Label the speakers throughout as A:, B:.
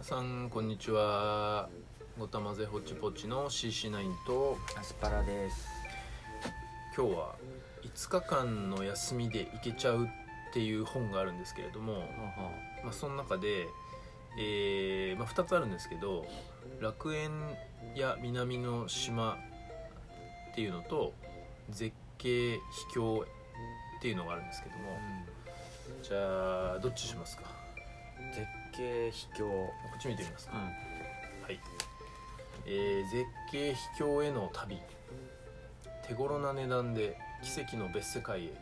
A: さんこんにちはごたまぜホッチポッチの CC9 と
B: アスパラです
A: 今日は5日間の休みで行けちゃうっていう本があるんですけれども、まあ、その中で、えーまあ、2つあるんですけど楽園や南の島っていうのと絶景秘境っていうのがあるんですけどもじゃあどっちしますか
B: 絶景秘境
A: こっち見てみますか、はい、えー絶景秘境への旅手頃な値段で奇跡の別世界へ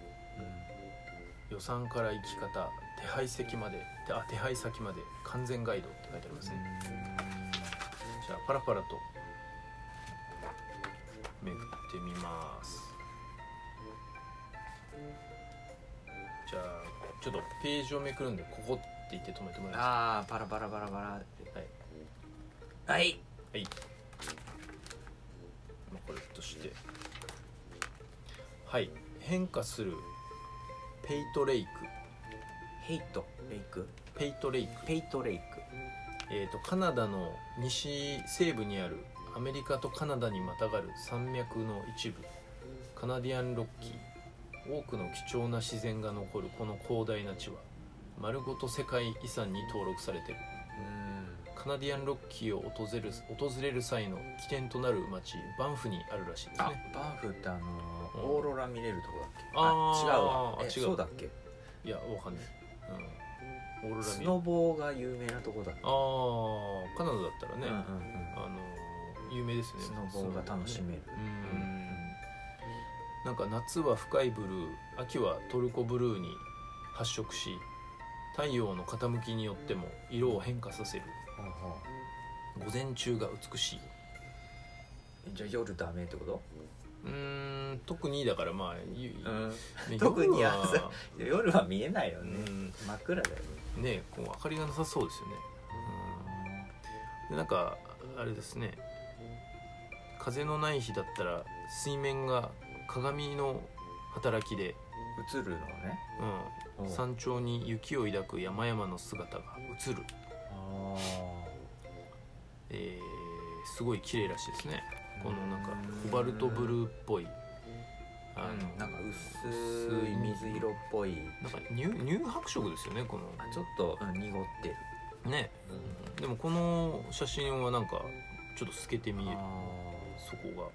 A: 予算から行き方手配先までてあ手配先まで完全ガイドって書いてありますねじゃあパラパラとめくってみますじゃあちょっとページをめくるんでここって言って止めてもらえま
B: ああパラパラパラパラ
A: すかはい
B: はい
A: はい、まあ、これとしてはい変化するペイトレイク
B: ヘイトレイク
A: ペイトレイク、
B: ペイトレイク
A: えー、とカナダの西西部にあるアメリカとカナダにまたがる山脈の一部カナディアンロッキー多くの貴重な自然が残るこの広大な地は丸ごと世界遺産に登録されている
B: うん
A: カナディアンロッキーを訪れる訪れる際の起点となる町バンフにあるらしいです
B: あ
A: ね
B: バンフってあのー
A: うん
B: オーロラ見れるとこだっけ
A: あー
B: あ違うわ
A: あ
B: え
A: 違う
B: そうだっけ
A: いやわかんない、うん、オーロラ
B: ス
A: 見る
B: ノボーが有名なとこだっけ
A: あーカナダだったらね、
B: うんうん
A: あのー有名ですよね
B: スノボーが楽しめる
A: スノボーねうんなんか夏は深いブルー秋はトルコブルーに発色し太陽の傾きによっても色を変化させる
B: うんうんうん
A: 午前中が美しい
B: えじゃあ夜ダメってこと
A: うーん特にだからまあ、ゆね
B: 特に
A: 夜は
B: 朝夜は見えないよ
A: う
B: ね
A: ん
B: 真っ暗だよ
A: ねこう明かりがなさそうですよねでなんかあれですね風のない日だったら水面が鏡の働きで、
B: 映るのね
A: うん、山頂に雪を抱く山々の姿が映る、
B: あ
A: えーすごい綺麗らしいですねこのなんかコバルトブルーっぽいあ
B: あ
A: の
B: の
A: な
B: なんん
A: か
B: か薄い水色っぽい
A: 乳乳白色ですよねこ
B: あちょっとうん濁ってる
A: のね、でもこの写真はなんかちょっと透けて見える
B: あ
A: そこが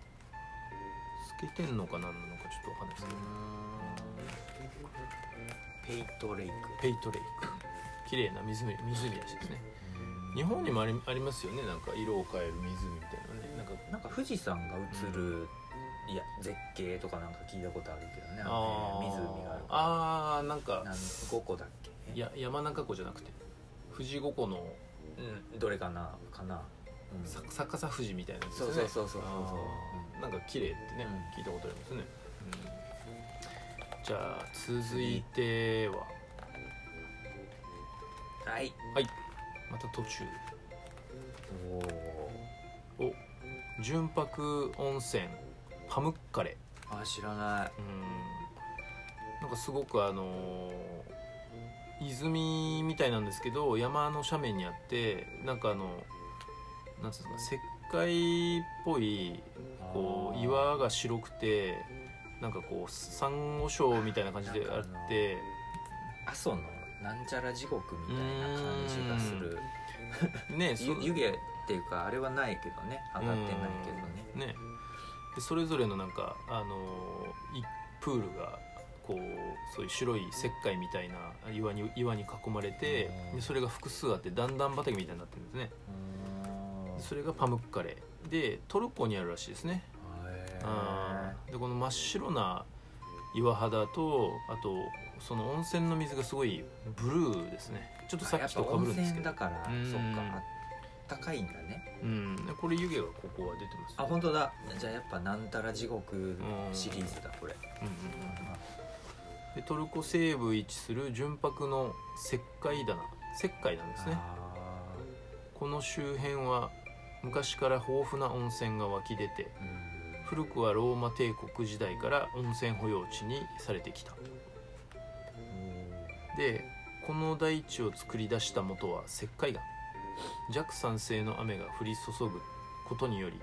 A: 透けてんのか何なのかちょっとわかんないですけど
B: ーペイトレイク
A: ペイトレイク綺麗な湖湖らしいですね日本にもありありますよねなんか色を変える湖みたいなねなんか
B: なんか富士山が映るいや絶景とかなんか聞いたことあるけどねあ
A: あ
B: のね
A: ー
B: 湖があるから
A: あーなんか
B: なん5個だっけ
A: や山中湖じゃなくて富士五湖の
B: うんどれかなかなうん
A: さ逆さ富士みたいなやつ
B: そうそうそうそうそうそう
A: あーなんか綺麗ってね、
B: う
A: 聞いたことありますね、うんじゃあ続いては
B: はい
A: また途中
B: おお
A: お純白温泉パムッカレ
B: あ知らない
A: うんなんかすごくあのー泉みたいなんですけど山の斜面にあってなんかあのなんつうんですか石灰っぽいこ
B: あ
A: う
B: ー
A: 岩が白くてなんかこうサンゴ礁みたいな感じであって
B: 阿蘇のなんちゃら地獄みたいな感じがする
A: ねそ
B: ゆ湯気っていうかあれはないけどね上がってないけどね
A: うんねでそれぞれのなんかあのーいプールがこうそういう白い石灰みたいな岩に岩に囲まれて
B: うん
A: でそれが複数あって段々畑みたいになってるんですね
B: うーん
A: でそれがパムッカレーでトルコにあるらしいですね
B: へー
A: うんでこの真っ白な岩肌とあとその温泉の水がすごいブルーですねちょっとさっきとかぶるんですけ
B: や
A: ど
B: っ、ぱ温
A: う
B: 泉
A: ん
B: だからそっかあったかいんだね
A: うん、でこれ湯気がここは出てます
B: あ本当だじゃあやっぱなんたら地獄シリーズだこれ
A: うんうんうんでトルコ西部位置する純白の石灰棚石灰なんですね
B: あ
A: この周辺は昔から豊富な温泉が湧き出て
B: ーうん
A: 古くはローマ帝国時代から温泉保養地にされてきたでこの大地を作り出した元は石灰岩弱酸性の雨が降り注ぐことにより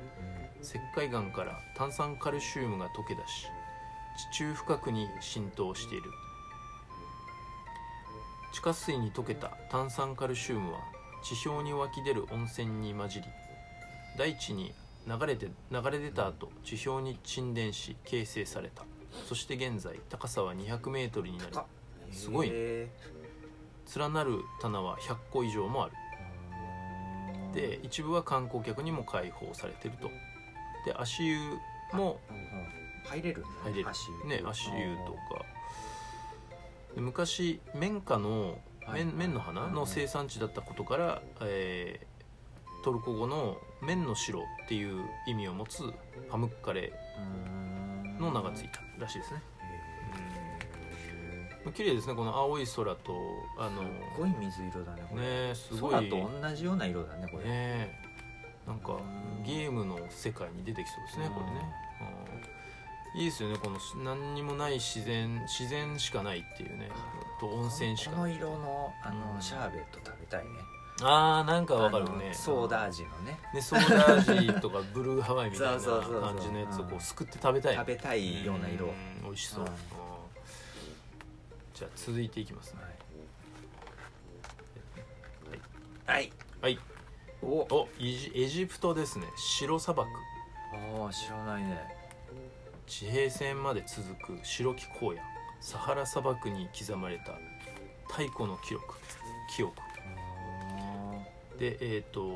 A: 石灰岩から炭酸カルシウムが溶け出し地中深くに浸透している地下水に溶けた炭酸カルシウムは地表に湧き出る温泉に混じり大地に流れて流れ出た後地表に沈殿し形成されたそして現在高さは 200m になり
B: あ
A: すごいね
B: ね
A: 連なる棚は100個以上もあるで一部は観光客にも開放されてるとで足湯も
B: 入れるんだね
A: 入れる
B: 足湯
A: ね足湯とかで昔綿花の
B: はい
A: 綿綿の花の生産地だったことから、えートルコ語の「綿の城」っていう意味を持つハムッカレの名がついたらしいですね
B: へ
A: 綺麗ですねこの青い空とあの
B: ーすっごい水色だねこ
A: ね
B: れ
A: えすごい
B: 空と同じような色だねこれ
A: ねえなんかゲームの世界に出てきそうですねこれね、うんいいですよねこのし何にもない自然自然しかないっていうねと温泉しか
B: この色のあ
A: う
B: の
A: ん
B: シャーベット食べたいね
A: あーなんかわかる
B: あ
A: ね
B: のソーダ味のね
A: ねソーダ味とかブルーハワイみたいな
B: そうそうそうそう
A: 感じのやつをこうすくって食べたい
B: 食べたいような色
A: ん美味しそう
B: うん
A: うんじゃあ続いていきますね
B: はい
A: はい
B: お
A: おエジエジプトですね白砂漠
B: ああ知らないね
A: 地平線まで続く白き荒野サハラ砂漠に刻まれた太古の記録記憶でえっ、と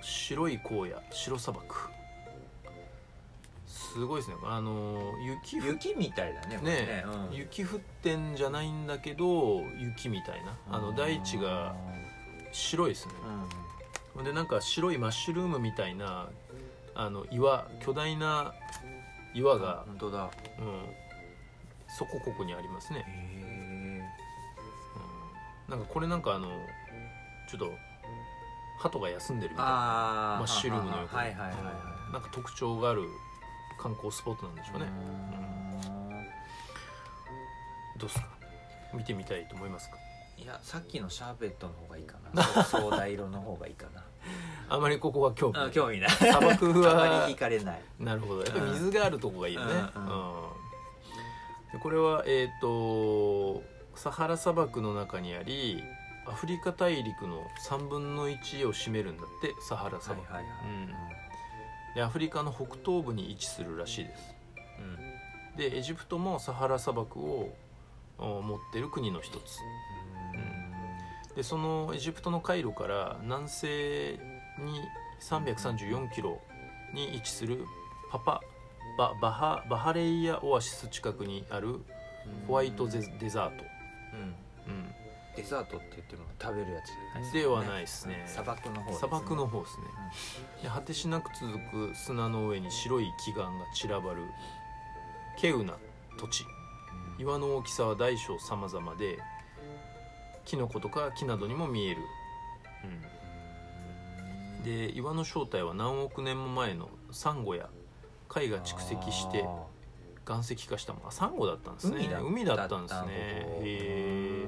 A: 白い荒野白砂漠すごいですねあの雪降っ
B: 雪みたいだねこれ
A: ねえ、
B: うん
A: 雪降ってんじゃないんだけど雪みたいなあの大地が白いですねほ
B: うん
A: んでなんか白いマッシュルームみたいなあの岩巨大な岩が、
B: 本当だ
A: うん、そこここにありますね、
B: へ
A: うん、なんかこれなんかあのちょっと鳩が休んでるみたいな
B: ああ
A: マッシュルームの横に
B: はいはいはい
A: うん
B: は
A: なんか特徴がある観光スポットなんでしょう
B: い
A: ね、
B: うん
A: どうですか見てみたいと思いますか
B: いやさっきのシャーベットの方がいいか なそうソーダ色の方がいいかな
A: あまりここは興味ない
B: あ興味ない
A: 砂漠
B: あ
A: は
B: まり惹かれない
A: なるほどやっぱり水があるとこがいいよね、
B: う
A: うんん
B: うん
A: でこれはえっ、とサハラ砂漠の中にありアフリカ大陸の3分の1を占めるんだってサハラ
B: は
A: 砂
B: い
A: 漠、
B: はいはい
A: うんでアフリカの北東部に位置するらしいです、うん、でエジプトもサハラ砂漠をお持ってる国の一つでそのエジプトのカイロから南西に334キロに位置するパパババハバハレイヤオアシス近くにある
B: うん
A: ホワイトゼデザート、
B: うん
A: うん
B: デザートって言っても食べるやつじゃないですね
A: ではないですね
B: うん砂漠の方ですね
A: 砂漠の方ですね、で果てしなく続く砂の上に白い奇岩が散らばる稀有な土地
B: うん
A: 岩の大きさは大小様々でキノコとか木などにも見える、うん、で岩の正体は何億年も前のサンゴや貝が蓄積して
B: あ
A: 岩石化したものあサンゴだったんです
B: ー
A: ね
B: 海
A: だったんですね
B: ここ
A: へえ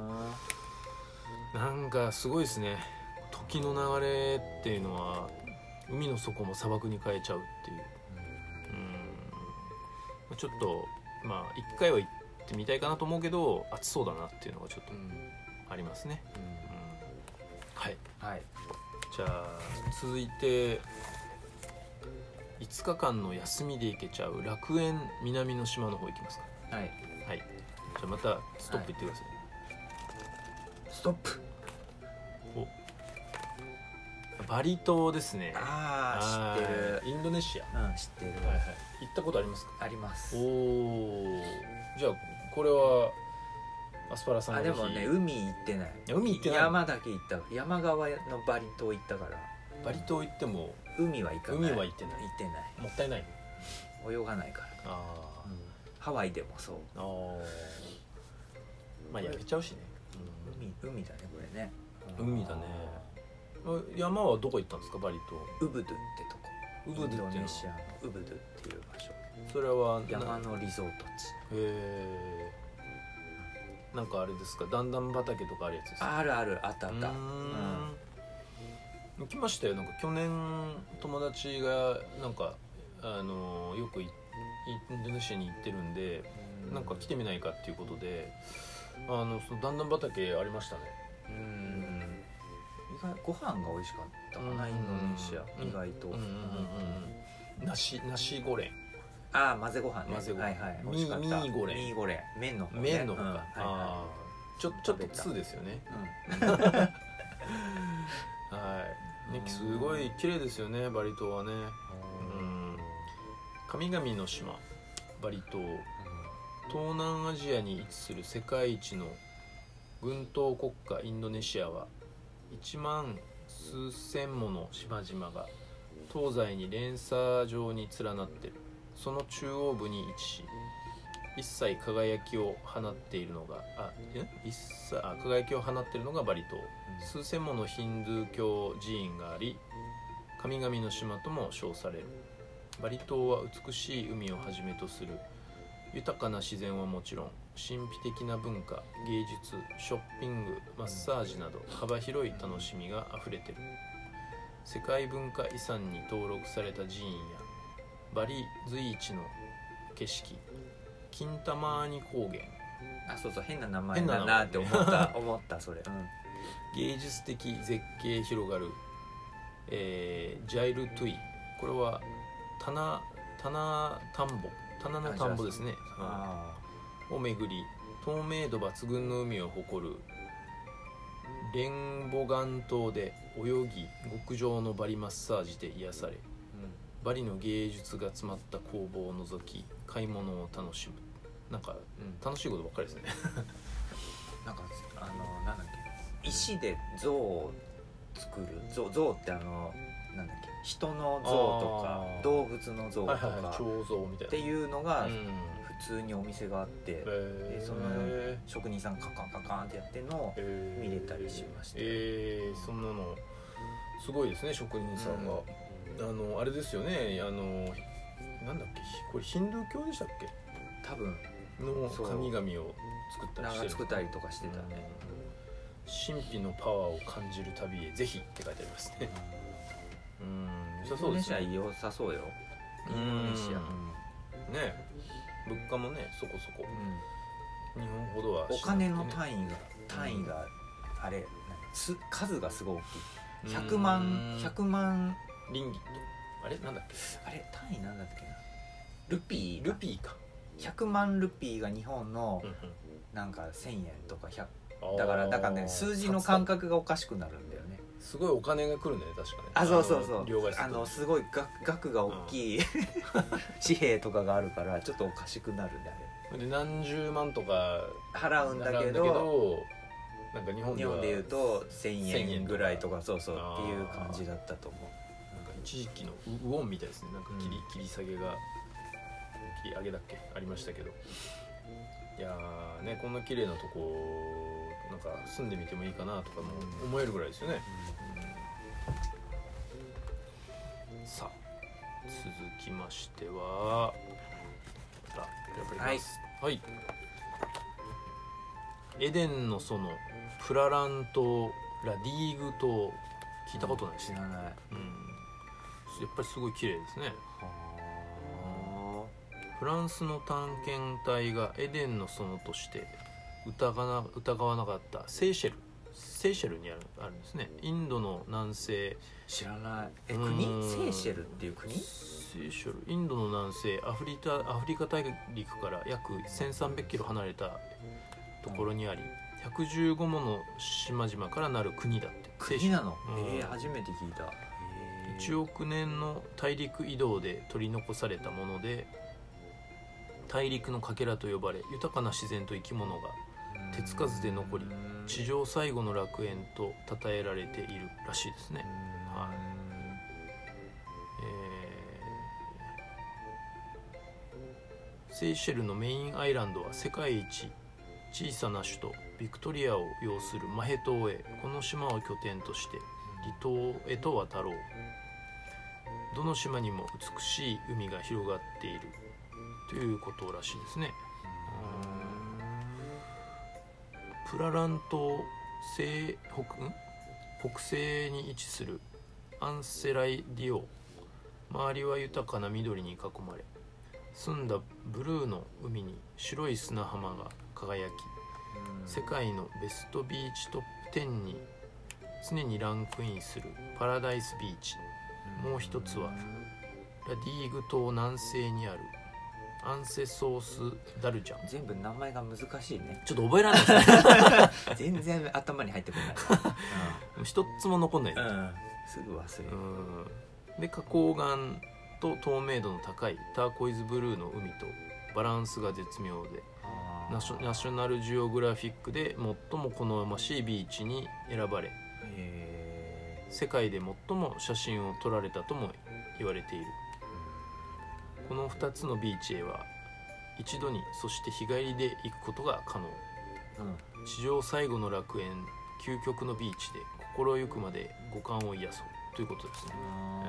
A: んかすごいですね時の流れっていうのは海の底も砂漠に変えちゃうっていううんちょっとまあ一回は行ってみたいかなと思うけど暑そうだなっていうのがちょっと
B: うんうん
A: ありますね、うん、はい
B: はい
A: じゃあ続いて5日間の休みで行けちゃう楽園南の島の方行きますか
B: はい
A: はいじゃあまたストップ行ってください、
B: ストップ
A: バリ島ですね
B: ああ知ってる
A: はいインドネシア
B: うん知ってる
A: はい行ったことありますか
B: あります
A: おおじゃあこれはアスパラさん
B: あ
A: は
B: で
A: ぜひ
B: もね海行ってない
A: いや海行ってない
B: 山だけ行った山側のバリ島行ったから
A: バリ島行っても
B: 海は行かない
A: 海は行ってない
B: 行ってない
A: もったいない
B: 泳がないから、
A: あー
B: ハワイでもそう
A: あーまあやれちゃうしね、
B: 海海だねこれね
A: 海だねうん山はどこ行ったんですかバリ島
B: ウブドゥってとこ
A: ウブドゥっていうのは
B: インドネシアのウブドゥっていう場所
A: それは
B: 山
A: な
B: のリゾート
A: へ
B: 地
A: えなんかあれですか段々畑とかあるやつですか
B: あるあるあったあった
A: うーん行きましたよなんか去年友達がなんかあのよくいインドネシアに行ってるんでなんか来てみないかっていうことであのその段々畑ありましたね
B: うん意外ご飯が美味しかったかなインドネシア
A: うん
B: 意外と
A: うんうんうんうん梨梨ゴレン
B: ああ混ぜご飯ね
A: 混ぜご飯
B: はいはい美味しかった
A: ミーミーゴレン
B: ミーゴレン麺の方ね
A: 麺の方か、
B: うんはい
A: あ
B: は
A: ーちょちょっと2ですよね
B: いうん
A: はいねすごい綺麗ですよねバリ島はねうん神々の島バリ島東南アジアに位置する世界一の軍島国家インドネシアは1万数千もの島々が東西に連鎖状に連なってるその中央部に位置し一切輝きを放っているのがあえ一切あ輝きを放っているのがバリ島数千ものヒンドゥー教寺院があり神々の島とも称されるバリ島は美しい海をはじめとする豊かな自然はもちろん神秘的な文化芸術ショッピングマッサージなど幅広い楽しみがあふれてる世界文化遺産に登録された寺院やバリ随一の景色金玉アニ高原
B: あそうそう変な名前
A: 変な
B: だ
A: 名前
B: なって思った 思ったそれ
A: 芸術的絶景広がる、えージャイルトゥイこれは棚棚田んぼ棚の田んぼですね
B: あ
A: を巡り透明度抜群の海を誇るレンボガン島で泳ぎ極上のバリマッサージで癒されバリの芸術が詰まった工房を覗き買い物を楽しむなんか楽しいことばっかりですね
B: なんかあのなんだっけ石で像を作る像像ってあのなんだっけ人の像とか
A: あー
B: 動物の像と
A: はいはい、はい、
B: か
A: 彫像みたいな
B: っていうのが
A: うん
B: 普通にお店があって
A: えー
B: その職人さんがカカンカカンってやってんのを
A: えー
B: 見れたりしました
A: えーそんなのすごいですね職人さんが、あのあれですよねあのなんだっけひこれヒンドゥー教でしたっけ
B: 多分
A: の
B: そう
A: 神々を作ったりして
B: 長
A: る
B: 作ったりとかしてたね
A: 神秘のパワーを感じる旅へぜひって書いてありますねうん良さそうです
B: イン
A: ね
B: ドネシア良さそうよイ
A: うん
B: ンドネシア
A: ね物価もねそこそこ
B: うん
A: 日本ほどは
B: お
A: しなくてね
B: 金の単位が単位があれす数がすごい大きい100万
A: うん
B: 100万
A: リンギットあれなんだっけ
B: あれ単位なんだっけなルピー
A: ルピーか、
B: 100万ルピーが日本の
A: うんうん
B: なんか1000円とか100
A: あー
B: だからなんかね数字の
A: 札束
B: 感覚がおかしくなるんだよね
A: すごいお金が来るんだよね確かね
B: あそうそうそ
A: の
B: う
A: 両替す
B: あ
A: ると
B: のすごい額額が大きい 紙幣とかがあるからちょっとおかしくなるんだよ
A: で何十万とか
B: 払うんだけど
A: なんか日本
B: 日
A: では
B: 本でいうと
A: 1000
B: 1,000
A: 円
B: 円
A: とか
B: ぐらいとかそうそう
A: あ
B: っ
A: ー
B: ていう感じだったと思う
A: なんか一時期のウウォンみたいですねなんか切り,、
B: うん
A: 切り下げが切り上げだっけありましたけどいやーねこんな綺麗なとこなんか住んでみてもいいかなとかも思えるぐらいですよね、さあ続きましてはラップはいはい、エデンの園プララン島ラディーグ島聞いたことないです
B: 知
A: ね
B: ら、
A: う
B: ない
A: ん、やっぱりすごい綺麗ですねフランスの探検隊がエデンの園として疑わな疑わなかったセーシェルセーシェルにあるあるんですねインドの南西
B: 知らないえ
A: う
B: 国
A: ーん
B: セーシェルっていう国
A: セーシェルインドの南西アフリカアフリカ大陸から約1 3 0 0キロ離れたところにあり115もの島々からなる国だって
B: 国なの
A: うん
B: えー初めて聞いた
A: 1億年の大陸移動で取り残されたもので大陸のかけらと呼ばれ豊かな自然と生き物が手つかずで残り地上最後の楽園と称えられているらしいですね、はえーセーシェルのメインアイランドは世界一小さな首都ビクトリアを擁するマヘ島へこの島を拠点として離島へと渡ろうどの島にも美しい海が広がっているということらしいですねプララン島西北ん北西に位置するアンセライディオ周りは豊かな緑に囲まれ澄んだブルーの海に白い砂浜が輝き世界のベストビーチトップ10に常にランクインするパラダイスビーチもう一つはラディーグ島南西にあるアンセソース・ダルジャン
B: 全部名前が難しいね
A: ちょっと覚えられないですね
B: 全然頭に入ってこな い、
A: 一つも残んないです
B: うんすぐ忘れる、
A: うんで花崗岩と透明度の高いターコイズブルーの海とバランスが絶妙で
B: あー
A: ナショナショナルジオグラフィックで最も好ましいビーチに選ばれ
B: へ
A: 世界で最も写真を撮られたとも言われている
B: ー
A: この2つのビーチへは一度にそして日帰りで行くことが可能
B: うんうん
A: 地上最後の楽園究極のビーチで心ゆくまで五感を癒そうということですね、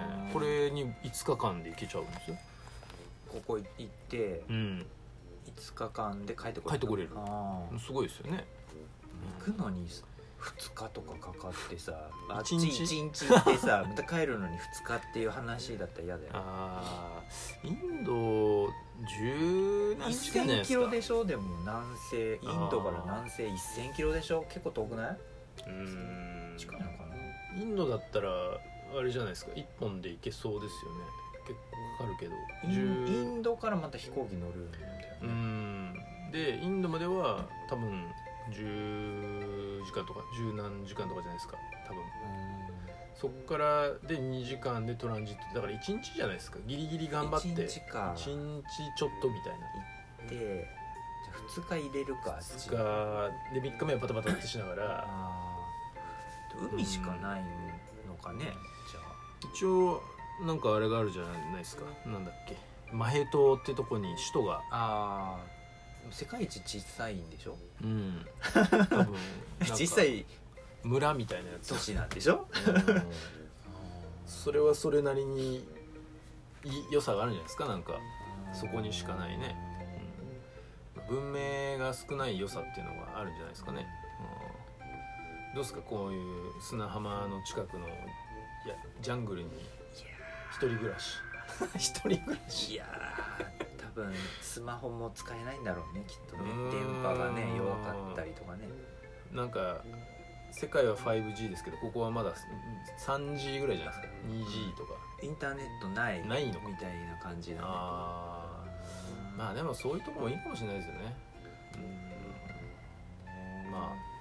A: えーこれに5日間で行けちゃうんですよ、
B: ここ行って
A: うん、
B: 5日間で帰ってこ
A: 帰ってこれる
B: あー
A: すごいですよね
B: 行くのに2日とかかかってさあっち
A: 一日
B: 1日行っ てさまた帰るのに2日っていう話だったら嫌だよ
A: あーインド10何日間じゃない
B: 1000
A: です
B: キ
A: か
B: ロでしょでも南西インドから南西1000キロでしょ結構遠くな
A: うーん
B: い近いのかな
A: インドだったらあれじゃないですか1本で行けそうですよね結構かかるけど
B: インイ
A: 10
B: ンドからまた飛行機乗るんだよね、
A: うんでインドまでは多分10時間とか十何時間とかじゃないですか多分そっからで2時間でトランジットだから1日じゃないですかギリギリ頑張って
B: 1日か
A: 1
B: 行
A: 日ちょっとみたいな
B: ってじゃあ2日入れるか
A: 2日で3日目はバタバタってしながら
B: あー海しかないのかね、じゃあ
A: 一応なんかあれがあるじゃないですかなんだっけマヘ島ってとこに首都が
B: あー世界一小さいんでし ょ
A: うん多 分なんか
B: 小さい
A: 村みたいなやつ
B: 都市なんでしょ
A: うんそれはそれなりにいい良さがあるんじゃないですかなんか、そこにしかないねうん文明が少ない良さっていうのがあるんじゃないですかね、うんどうですかこういう砂浜の近くのいやジャングルに一人暮らし 一人暮らし
B: いやー多分スマホも使えないんだろうねきっと
A: う
B: ね
A: ーん
B: 電波がね弱かったりとかね
A: なんか世界は 5G ですけどここはまだ 3G ぐらいじゃないですか 2G とか
B: インターネットない
A: ないのか
B: みたいな感じだね
A: あーまあでもそういうとこもいいかもしれないですよねうんまあ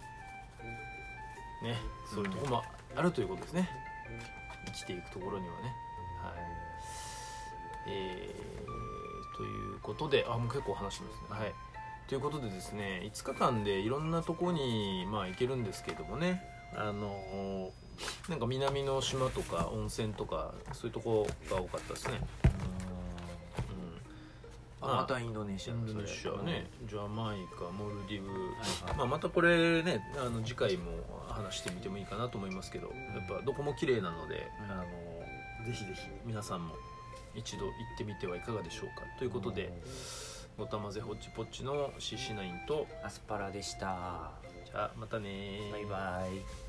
A: ねそういうとこもあるということですね生きていくところにはねはいえーということであもう結構話してますねはいということでですね5日間でいろんなとこにまあ行けるんですけどもねあのなんか南の島とか温泉とかそういうとこが多かったですね、
B: うーん
A: うん、
B: あまたインドネシ
A: イ
B: ア
A: ン
B: だ
A: ドネシアねジャマイカモルディブ、
B: はいはい
A: まあ、またこれねあの次回も話してみてもいいかなと思いますけどやっぱどこも綺麗なので、
B: うん
A: あのぜひぜひ皆さんも一度行ってみてはいかがでしょうかということで「ごたまぜホッチポッチ」の CC9 と
B: アスパラでした
A: じゃあまたねー
B: バイバイ